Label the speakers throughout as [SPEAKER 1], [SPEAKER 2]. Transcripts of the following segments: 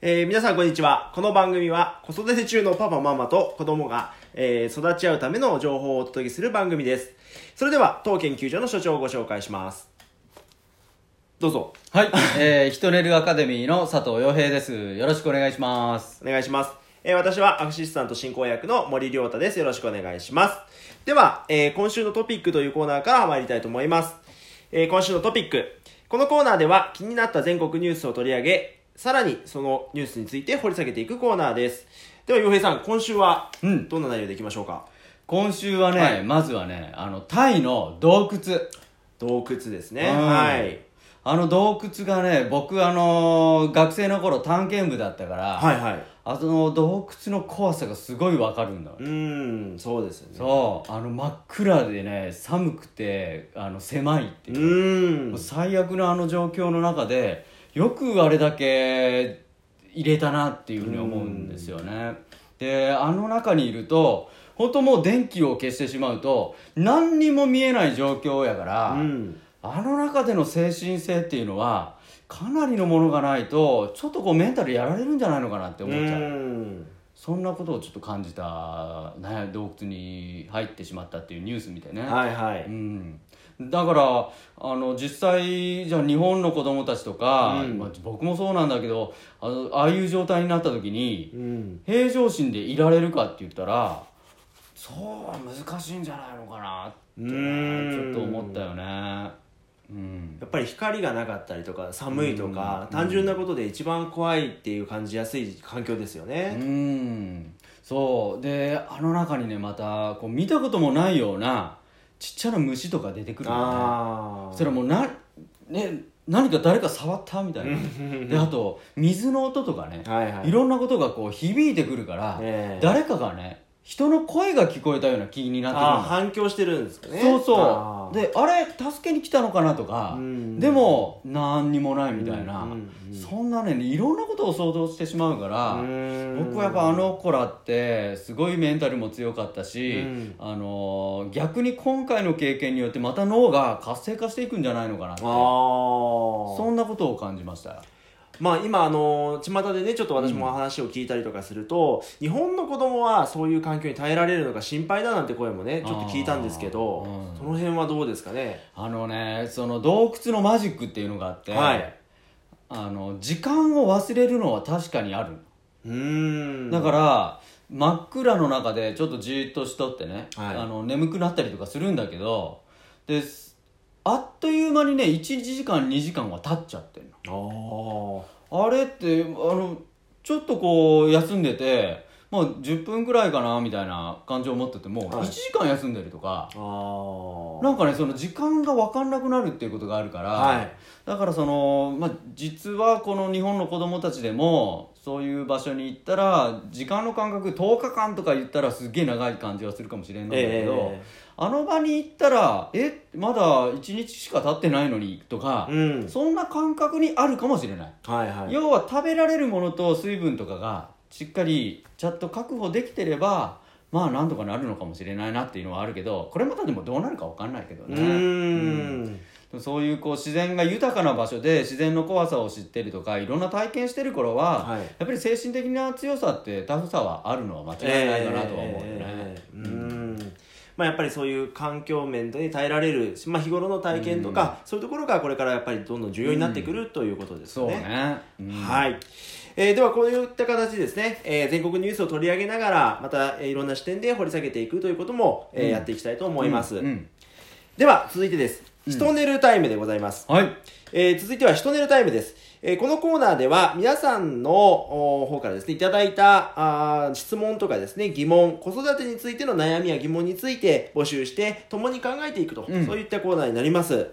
[SPEAKER 1] えー皆さんこんにちは。この番組は子育て中のパパママと子供が、えー育ち合うための情報をお届けする番組です。それでは当研究所の所長をご紹介します。どうぞ、
[SPEAKER 2] はい、 えー、ヒトレルアカデミーの佐藤洋平です。よろしくお願いします。
[SPEAKER 1] お願いします。えー私はアクシスタント進行役の森亮太です。よろしくお願いします。では、えー今週のトピックというコーナーから参りたいと思います。えー今週のトピック。このコーナーでは気になった全国ニュースを取り上げ、さらにそのニュースについて掘り下げていくコーナーです。では、洋平さん、今週は
[SPEAKER 2] うん
[SPEAKER 1] どんな内容でいきましょうか、
[SPEAKER 2] 今週はね、
[SPEAKER 1] はい
[SPEAKER 2] まずはね、あの、タイの洞窟。
[SPEAKER 1] 洞窟ですね。
[SPEAKER 2] うん
[SPEAKER 1] はい。
[SPEAKER 2] あの洞窟がね、僕あのー学生の頃探検部だったから、
[SPEAKER 1] はいはい。
[SPEAKER 2] あの洞窟の怖さがすごいわかるんだ。
[SPEAKER 1] うーん、そうですよね。
[SPEAKER 2] そう、あの真っ暗でね、寒くて、あの、狭いって
[SPEAKER 1] う
[SPEAKER 2] いう。
[SPEAKER 1] ーん
[SPEAKER 2] もう。最悪のあの状況の中でよくあれだけ入れたなっていうふうに思うんですよねであの中にいると本当もう電気を消してしまうと何にも見えない状況やから、
[SPEAKER 1] うん。
[SPEAKER 2] あの中での精神性っていうのはかなりのものがないとちょっとこうメンタルやられるんじゃないのかなって
[SPEAKER 1] う
[SPEAKER 2] 思っちゃう、
[SPEAKER 1] ーん。
[SPEAKER 2] そんなことをちょっと感じた、ね、洞窟に入ってしまったっていうニュース見てね、
[SPEAKER 1] はいはい。
[SPEAKER 2] うん、だからあの実際じゃあ日本の子供たちとか、
[SPEAKER 1] うん
[SPEAKER 2] まあ、僕もそうなんだけどあのああいう状態になった時に
[SPEAKER 1] うん。
[SPEAKER 2] 平常心でいられるかって言ったらそうは難しいんじゃないのかなってね
[SPEAKER 1] う
[SPEAKER 2] ちょ
[SPEAKER 1] ん
[SPEAKER 2] っと思ったよね。うん
[SPEAKER 1] やっぱり光がなかったりとか寒いとか、単純なことで一番怖いっていう感じやすい環境ですよ
[SPEAKER 2] う
[SPEAKER 1] ね。
[SPEAKER 2] んそうであの中にねまたこう見たこともないようなちっちゃな虫とか出てくるよね。
[SPEAKER 1] ああ。
[SPEAKER 2] それはもうな、ね、何か誰か触ったみたいなであと水の音とかね、
[SPEAKER 1] はいはい
[SPEAKER 2] い、ろんなことがこう響いてくるから、
[SPEAKER 1] ええ
[SPEAKER 2] 誰かがね人の声が聞こえたような気になってくる
[SPEAKER 1] あ
[SPEAKER 2] の
[SPEAKER 1] あ、反響してるんですかね。
[SPEAKER 2] そう
[SPEAKER 1] あ
[SPEAKER 2] そう
[SPEAKER 1] ー
[SPEAKER 2] であれ助けに来たのかなとか、
[SPEAKER 1] うん
[SPEAKER 2] でも何にもないみたいな、
[SPEAKER 1] うんうん
[SPEAKER 2] そんなねいろんなことを想像してしまうから、
[SPEAKER 1] うん
[SPEAKER 2] 僕はやっぱあの子らってすごいメンタルも強かったし、
[SPEAKER 1] うん
[SPEAKER 2] あのー逆に今回の経験によってまた脳が活性化していくんじゃないのかなって
[SPEAKER 1] ああ。
[SPEAKER 2] そんなことを感じました
[SPEAKER 1] まあ今あのー、巷でね、ちょっと私も話を聞いたりとかすると、日本の子供はそういう環境に耐えられるのが心配だなんて声もね、ちょっと聞いたんですけど、
[SPEAKER 2] あーうん
[SPEAKER 1] その辺はどうですかね。
[SPEAKER 2] あのねその洞窟のマジックっていうのがあって、
[SPEAKER 1] はい
[SPEAKER 2] あの時間を忘れるのは確かにある、
[SPEAKER 1] うーん。
[SPEAKER 2] だから真っ暗の中でちょっとじーっとしとってね、
[SPEAKER 1] はい
[SPEAKER 2] あの眠くなったりとかするんだけどですあっという間にね1時間2時間は経っちゃってる
[SPEAKER 1] あー
[SPEAKER 2] のあれってあのちょっとこう休んでてまあ10分くらいかなみたいな感じを持ってても
[SPEAKER 1] はい
[SPEAKER 2] 1時間休んでるとか、
[SPEAKER 1] あー。
[SPEAKER 2] なんかねその時間が分かんなくなるっていうことがあるから、
[SPEAKER 1] はい
[SPEAKER 2] だからその、まあ、実はこの日本の子供たちでもそういう場所に行ったら時間の感覚10日間とか言ったらすっげえ長い感じはするかもしれないんだけど、
[SPEAKER 1] ええ
[SPEAKER 2] あの場に行ったらえまだ1日しか経ってないのにとか、
[SPEAKER 1] うん。
[SPEAKER 2] そんな感覚にあるかもしれない、
[SPEAKER 1] はいはい。
[SPEAKER 2] 要は食べられるものと水分とかがしっかりちゃんと確保できてればまあなんとかなるのかもしれないなっていうのはあるけどこれまたでもどうなるか分かんないけど
[SPEAKER 1] う
[SPEAKER 2] ね
[SPEAKER 1] ーん。
[SPEAKER 2] そういうこう自然が豊かな場所で自然の怖さを知ってるとかいろんな体験してる頃は、
[SPEAKER 1] はい
[SPEAKER 2] やっぱり精神的な強さってタフさはあるのは間違いないかなとは思うよね、
[SPEAKER 1] ええうん。まあやっぱりそういう環境面に耐えられる、まあ日頃の体験とか、そういうところがこれからやっぱりどんどん重要になってくるということです
[SPEAKER 2] そう
[SPEAKER 1] ね。
[SPEAKER 2] ね、うん
[SPEAKER 1] はい。えーでは、こういった形でですね、えー全国ニュースを取り上げながら、また、えーいろんな視点で掘り下げていくということも、えーやっていきたいと思います。
[SPEAKER 2] うん
[SPEAKER 1] では、続いてです。ヒトネルタイムでございます。
[SPEAKER 2] はい
[SPEAKER 1] えー続いては人寝るタイムです。えーこのコーナーでは皆さんのおー方からですね、いただいたあー質問とかですね、疑問、子育てについての悩みや疑問について募集して、共に考えていくと、
[SPEAKER 2] うん
[SPEAKER 1] そういったコーナーになります。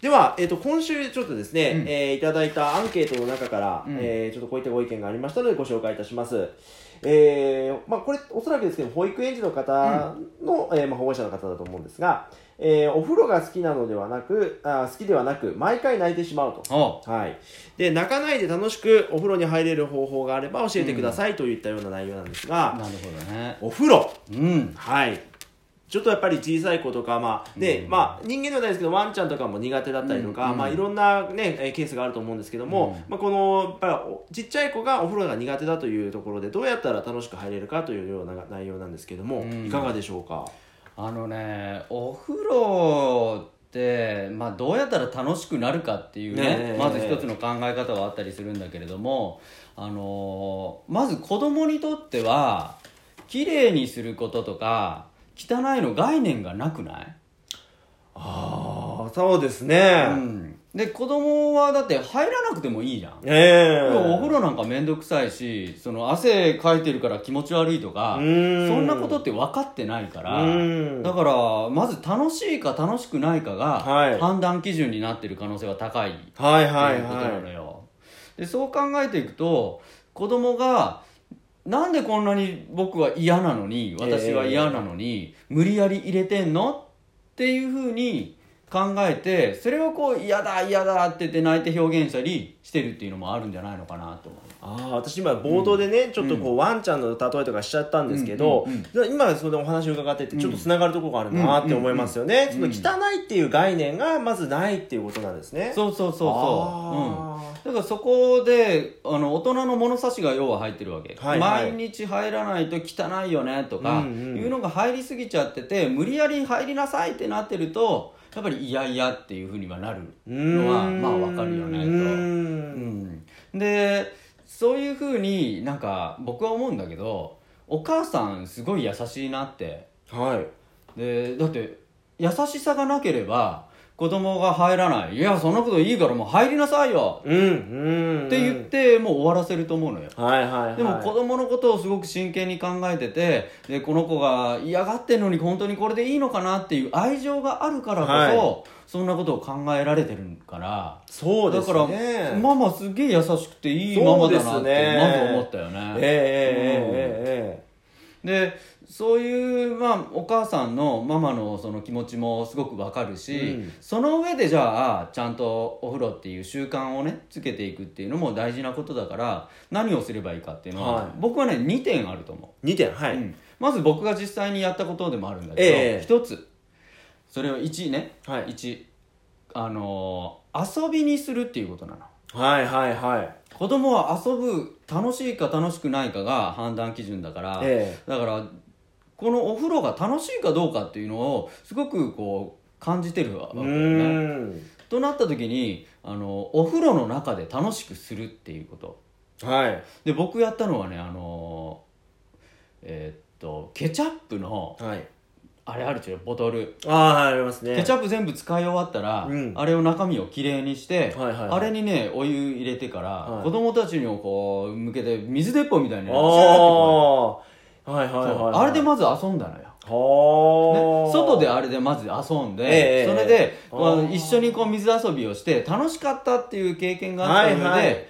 [SPEAKER 1] では、えっ、と、今週ちょっとですね、
[SPEAKER 2] うん
[SPEAKER 1] えーいただいたアンケートの中から、
[SPEAKER 2] うん
[SPEAKER 1] えーちょっとこういったご意見がありましたのでご紹介いたします。えーまあ、これ、おそらくですけど、保育園児の方の、えーまあ、保護者の方だと思うんですが、えーお風呂が好きなのではなく、あー好きではなく、毎回泣いてしまうと。
[SPEAKER 2] お
[SPEAKER 1] はい、で泣かないで楽しくお風呂に入れる方法があれば教えてくださいといったような内容なんですが、
[SPEAKER 2] なるほどね
[SPEAKER 1] お風呂
[SPEAKER 2] うん
[SPEAKER 1] はいちょっとやっぱり小さい子とか、まあね
[SPEAKER 2] うん
[SPEAKER 1] まあ、人間ではないですけどワンちゃんとかも苦手だったりとか、
[SPEAKER 2] うん
[SPEAKER 1] まあ、いろんな、ね、えーケースがあると思うんですけども、まあ、このやっぱりおちっちゃい子がお風呂が苦手だというところでどうやったら楽しく入れるかというような内容なんですけども、
[SPEAKER 2] うん
[SPEAKER 1] いかがでしょうか、
[SPEAKER 2] あのねお風呂って、まあ、どうやったら楽しくなるかっていうね
[SPEAKER 1] ねえ
[SPEAKER 2] まず一つの考え方があったりするんだけれども、あのーまず子供にとっては綺麗にすることとか汚いの概念がなくない、
[SPEAKER 1] ああそうですね
[SPEAKER 2] うん、で子供はだって入らなくてもいいじゃん
[SPEAKER 1] ええ
[SPEAKER 2] お風呂なんか面倒くさいしその汗かいてるから気持ち悪いとか
[SPEAKER 1] う
[SPEAKER 2] そ
[SPEAKER 1] ーん
[SPEAKER 2] んなことって分かってないから
[SPEAKER 1] うん
[SPEAKER 2] だからまず楽しいか楽しくないか
[SPEAKER 1] は
[SPEAKER 2] が
[SPEAKER 1] い
[SPEAKER 2] 判断基準になってる可能性は高いっていう
[SPEAKER 1] はい
[SPEAKER 2] こと
[SPEAKER 1] はい
[SPEAKER 2] な
[SPEAKER 1] は
[SPEAKER 2] のよでそう考えていくと子供がなんでこんなに僕は嫌なのに私は嫌なのに無理やり入れてんのっていうふうに考えてそれをこう嫌だ嫌だって言って泣いて表現したりしてるっていうのもあるんじゃないのかなと思う
[SPEAKER 1] いああ私今冒頭でね、ちょっとこうワンちゃんの例えとかしちゃったんですけど、
[SPEAKER 2] うん
[SPEAKER 1] 今そのお話を伺っててちょっとつながるところがあるなって思いますよね、
[SPEAKER 2] うんうん
[SPEAKER 1] その汚いっていう概念がまずないっていうことなんですねう
[SPEAKER 2] そうそうそうそううん
[SPEAKER 1] あー
[SPEAKER 2] だからそこであの大人の物差しが要は入ってるわけ、
[SPEAKER 1] はいはい
[SPEAKER 2] 毎日入らないと汚いよねとか
[SPEAKER 1] う
[SPEAKER 2] い
[SPEAKER 1] んうん
[SPEAKER 2] うのが入りすぎちゃってて無理やり入りなさいってなってるとやっぱり嫌々っていうふうにはなるのはまあわかるよねと
[SPEAKER 1] うー
[SPEAKER 2] うんん、でそういうふうになんか僕は思うんだけどお母さんすごい優しいなって
[SPEAKER 1] はい
[SPEAKER 2] でだって優しさがなければ子供が入らないいやそんなこといいからもう入りなさいよ
[SPEAKER 1] うんうん
[SPEAKER 2] って言ってもう終わらせると思うのよ
[SPEAKER 1] はいはい、はい、
[SPEAKER 2] でも子供のことをすごく真剣に考えててでこの子が嫌がってるのに本当にこれでいいのかなっていう愛情があるからこそ、
[SPEAKER 1] は
[SPEAKER 2] そんなことを考えられてるから
[SPEAKER 1] そうですね
[SPEAKER 2] だからママすげえ優しくていいママだな
[SPEAKER 1] そう
[SPEAKER 2] っ
[SPEAKER 1] です
[SPEAKER 2] て
[SPEAKER 1] ね
[SPEAKER 2] まず思ったよね
[SPEAKER 1] え
[SPEAKER 2] でそういう、まあ、お母さんのママのその気持ちもすごくわかるし、
[SPEAKER 1] うん
[SPEAKER 2] その上でじゃあちゃんとお風呂っていう習慣をねつけていくっていうのも大事なことだから何をすればいいかっていうのは、
[SPEAKER 1] はい
[SPEAKER 2] 僕はね2点あると思
[SPEAKER 1] ええええ2点は
[SPEAKER 2] う、
[SPEAKER 1] い、
[SPEAKER 2] うんまず僕が実際にやったことでもあるんだけど、
[SPEAKER 1] ええ
[SPEAKER 2] 1つそれは1ね、
[SPEAKER 1] はい
[SPEAKER 2] 1あのー遊びにするっていうことなの
[SPEAKER 1] はいはいはい
[SPEAKER 2] 子供は遊ぶ楽しいか楽しくないかが判断基準だから、
[SPEAKER 1] え
[SPEAKER 2] だからこのお風呂が楽しいかどうかっていうのをすごくこう感じてるわ
[SPEAKER 1] え
[SPEAKER 2] け
[SPEAKER 1] う
[SPEAKER 2] よね。
[SPEAKER 1] ーん
[SPEAKER 2] となった時にあのお風呂の中で楽しくするっていうこと
[SPEAKER 1] はい
[SPEAKER 2] で僕やったのはねあのえーっとケチャップの
[SPEAKER 1] はい
[SPEAKER 2] あれあるでしょボトル
[SPEAKER 1] ああはいありますね
[SPEAKER 2] ケチャップ全部使い終わったら、
[SPEAKER 1] うん
[SPEAKER 2] あれを中身をきれいにして、
[SPEAKER 1] はいはいはい
[SPEAKER 2] あれにねお湯入れてから、
[SPEAKER 1] はい
[SPEAKER 2] 子供たちにもこう向けて水鉄砲みたいにね
[SPEAKER 1] あ
[SPEAKER 2] シャーってこ
[SPEAKER 1] あはいはいうはい、
[SPEAKER 2] そう
[SPEAKER 1] はい、
[SPEAKER 2] あれでまず遊んだ
[SPEAKER 1] は
[SPEAKER 2] のよ
[SPEAKER 1] あ、
[SPEAKER 2] ね外であれでまず遊んで、
[SPEAKER 1] ええ
[SPEAKER 2] それで、
[SPEAKER 1] あ
[SPEAKER 2] まあ
[SPEAKER 1] ー
[SPEAKER 2] 一緒にこう水遊びをして楽しかったっていう経験があったので、
[SPEAKER 1] はいはい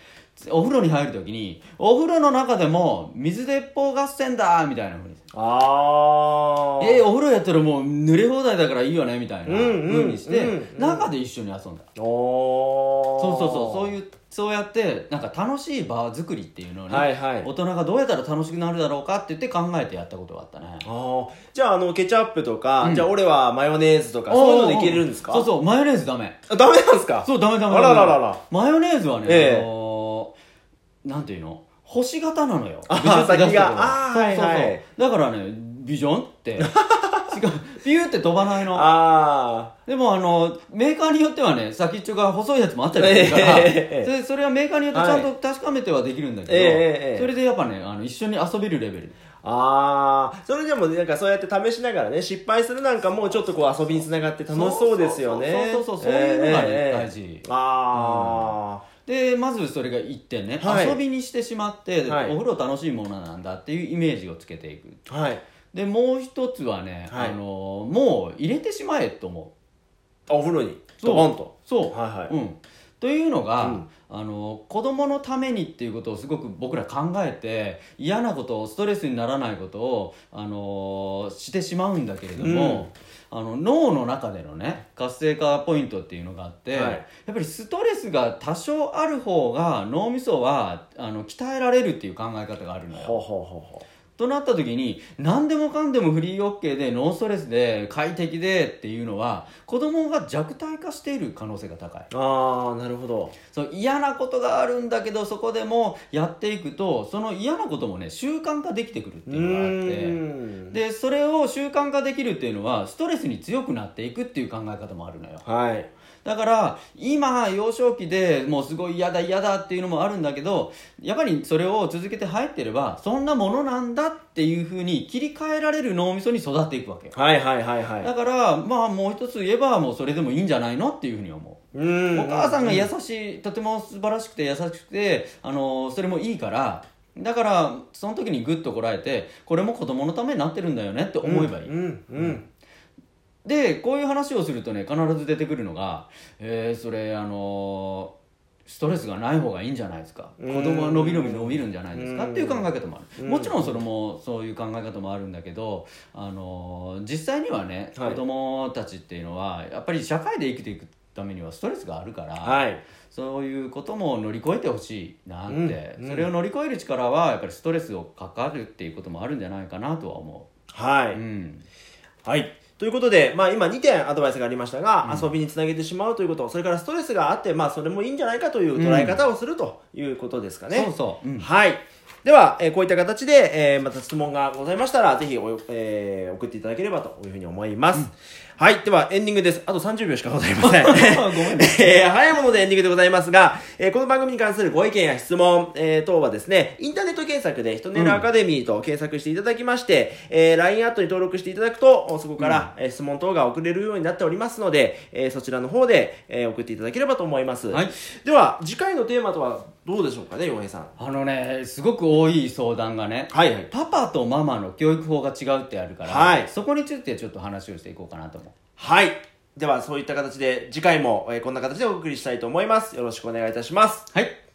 [SPEAKER 2] お風呂に入る時にお風呂の中でも水鉄砲合戦だみたいなふうに
[SPEAKER 1] ああ
[SPEAKER 2] えーお風呂やったらもう濡れ放題だからいいよねみたいな
[SPEAKER 1] うんうん
[SPEAKER 2] ふうにして、
[SPEAKER 1] うんうん
[SPEAKER 2] 中で一緒に遊んだ
[SPEAKER 1] お
[SPEAKER 2] そうそうそうそう
[SPEAKER 1] う
[SPEAKER 2] いうそうやってなんか楽しい場作りっていうのをね、
[SPEAKER 1] はいはい
[SPEAKER 2] 大人がどうやったら楽しくなるだろうかって言って考えてやったことがあったね
[SPEAKER 1] ああじゃああのケチャップとか、
[SPEAKER 2] うん
[SPEAKER 1] じゃあ俺はマヨネーズとかそういうのできるんですか
[SPEAKER 2] そうそうマヨネーズダメ
[SPEAKER 1] うダメなんですか
[SPEAKER 2] そうダメダメ
[SPEAKER 1] あらららら
[SPEAKER 2] ダメダメマヨネーズはね、
[SPEAKER 1] ええ
[SPEAKER 2] あのーなんていうの星型なのよ
[SPEAKER 1] あー
[SPEAKER 2] ビジョンって出してると
[SPEAKER 1] 先
[SPEAKER 2] こ
[SPEAKER 1] があー
[SPEAKER 2] そうそうそう、
[SPEAKER 1] はいはい
[SPEAKER 2] だからねビジョンって 違うピューって飛ばないの
[SPEAKER 1] あ
[SPEAKER 2] でもあのメーカーによってはね先っちょが細いやつもあったりするから、
[SPEAKER 1] ええええ
[SPEAKER 2] それそれはメーカーによってちゃんと確かめてはできるんだけど、
[SPEAKER 1] ええええ
[SPEAKER 2] それでやっぱねあの一緒に遊べるレベル
[SPEAKER 1] あああそれでもなんかそうやって試しながらね失敗するなんかもちょっとこう遊びにつながって楽しそうですよね
[SPEAKER 2] そうそうそうそうそういうのがね大事
[SPEAKER 1] あ
[SPEAKER 2] でまずそれが1点ね、
[SPEAKER 1] はい
[SPEAKER 2] 遊びにしてしまって、
[SPEAKER 1] はい
[SPEAKER 2] お風呂楽しいものなんだっていうイメージをつけていく
[SPEAKER 1] あ、はい
[SPEAKER 2] でもう一つはね、
[SPEAKER 1] はい
[SPEAKER 2] あのもう入れてしまえと思
[SPEAKER 1] あお風呂に
[SPEAKER 2] う
[SPEAKER 1] ドボンと
[SPEAKER 2] そう、
[SPEAKER 1] はいはい
[SPEAKER 2] うん、というのが、
[SPEAKER 1] うん
[SPEAKER 2] あの子供のためにっていうことをすごく僕ら考えて嫌なことをストレスにならないことをあのしてしまうんだけれども、あの脳の中でのね活性化ポイントっていうのがあって、
[SPEAKER 1] はい
[SPEAKER 2] やっぱりストレスが多少ある方が脳みそはあの鍛えられるっていう考え方があるのよ。
[SPEAKER 1] ほうほうほうほ
[SPEAKER 2] となった時に何でもかんでもフリーオッケーでノーストレスで快適でっていうのは子供が弱体化している可能性が高い
[SPEAKER 1] ああなるほど
[SPEAKER 2] そう嫌なことがあるんだけどそこでもやっていくとその嫌なこともね習慣化できてくるっていうのがあって
[SPEAKER 1] ん
[SPEAKER 2] でそれを習慣化できるっていうのはストレスに強くなっていくっていう考え方もあるのよ
[SPEAKER 1] はい
[SPEAKER 2] だから今幼少期でもうすごい嫌だ嫌だっていうのもあるんだけどやっぱりそれを続けて入ってればそんなものなんだっていうふうに切り替えられる脳みそに育っていくわけよ
[SPEAKER 1] はいはいはいは
[SPEAKER 2] だ
[SPEAKER 1] い
[SPEAKER 2] からまあもう一つ言えばもうそれでもいいんじゃないのっていうふうに思う
[SPEAKER 1] う
[SPEAKER 2] お母さんが優しいとても素晴らしくて優しくてあのそれもいいからだからその時にグッとこらえてこれも子供のためになってるんだよねって思えばいい、
[SPEAKER 1] うんうん
[SPEAKER 2] でこういう話をするとね必ず出てくるのが「えーそれあのストレスがない方がいいんじゃないですか子
[SPEAKER 1] うん
[SPEAKER 2] 供は伸び伸び伸びるんじゃないですか」
[SPEAKER 1] うん
[SPEAKER 2] っていう考え方もある
[SPEAKER 1] うん
[SPEAKER 2] もちろんそれもそういう考え方もあるんだけどあの実際にはね
[SPEAKER 1] はい
[SPEAKER 2] 子供たちっていうのはやっぱり社会で生きていくためにはストレスがあるから、
[SPEAKER 1] はい
[SPEAKER 2] そういうことも乗り越えてほしいなって、
[SPEAKER 1] うんうん
[SPEAKER 2] それを乗り越える力はやっぱりストレスをかかるっていうこともあるんじゃないかなとは思
[SPEAKER 1] は
[SPEAKER 2] う。
[SPEAKER 1] い、
[SPEAKER 2] うん
[SPEAKER 1] はい。ということで、まあ今2点アドバイスがありましたが、遊びにつなげてしまうということ、それからストレスがあって、まあそれもいいんじゃないかという捉え方をするということですかね。
[SPEAKER 2] そうそう、うん
[SPEAKER 1] はい。では、えーこういった形で、えーまた質問がございましたら、ぜひお、えー送っていただければというふうに思います。はい。では、エンディングです。あと30秒しかございません。
[SPEAKER 2] ごめん
[SPEAKER 1] えー早いものでエンディングでございますが、えーこの番組に関するご意見や質問、えー等はですね、インターネット検索で、ヒトネルアカデミーと検索していただきまして、えー LINE アットに登録していただくと、そこから、えー質問等が送れるようになっておりますので、えーそちらの方で、えー送っていただければと思います。
[SPEAKER 2] はい
[SPEAKER 1] では、次回のテーマとはどうでしょうかね、洋平さん。
[SPEAKER 2] あのねすごく多い相談がね、
[SPEAKER 1] はいはい。
[SPEAKER 2] パパとママの教育法が違うってあるから、
[SPEAKER 1] はい
[SPEAKER 2] そこについてちょっと話をしていこうかなと思う
[SPEAKER 1] はい。では、そういった形で、次回も、えーこんな形でお送りしたいと思います。よろしくお願いいたします。
[SPEAKER 2] はい